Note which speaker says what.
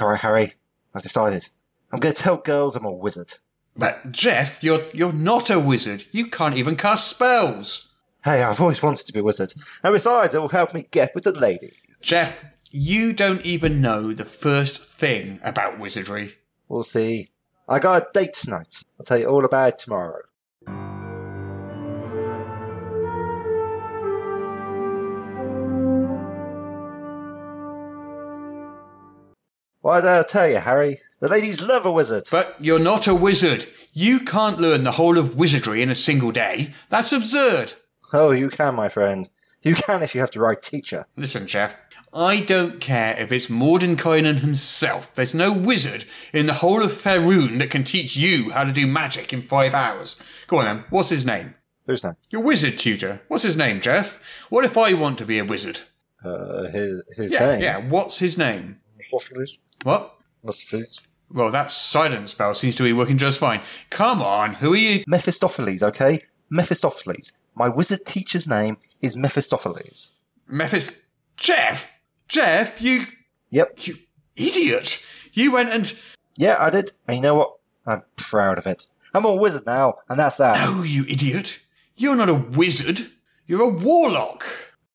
Speaker 1: All right, Harry. I've decided. I'm going to tell girls I'm a wizard.
Speaker 2: But Jeff, you're you're not a wizard. You can't even cast spells.
Speaker 1: Hey, I've always wanted to be a wizard. And besides, it will help me get with the ladies.
Speaker 2: Jeff, you don't even know the first thing about wizardry.
Speaker 1: We'll see. I got a date tonight. I'll tell you all about it tomorrow. Why did I tell you, Harry? The ladies love a wizard.
Speaker 2: But you're not a wizard. You can't learn the whole of wizardry in a single day. That's absurd.
Speaker 1: Oh, you can, my friend. You can if you have the right teacher.
Speaker 2: Listen, Jeff, I don't care if it's Mordenkainen himself. There's no wizard in the whole of Faerun that can teach you how to do magic in five hours. Go on then, what's his name?
Speaker 1: Who's that?
Speaker 2: Your wizard tutor. What's his name, Jeff? What if I want to be a wizard?
Speaker 1: Uh, his his
Speaker 2: Yeah,
Speaker 1: name.
Speaker 2: yeah, what's his name?
Speaker 1: Mephistopheles?
Speaker 2: What?
Speaker 1: Mephistopheles.
Speaker 2: Well, that silent spell seems to be working just fine. Come on, who are you?
Speaker 1: Mephistopheles, okay? Mephistopheles. My wizard teacher's name is Mephistopheles.
Speaker 2: Mephis. Jeff! Jeff, you.
Speaker 1: Yep.
Speaker 2: You idiot! You went and.
Speaker 1: Yeah, I did. And you know what? I'm proud of it. I'm a wizard now, and that's that.
Speaker 2: Oh, you idiot! You're not a wizard. You're a warlock.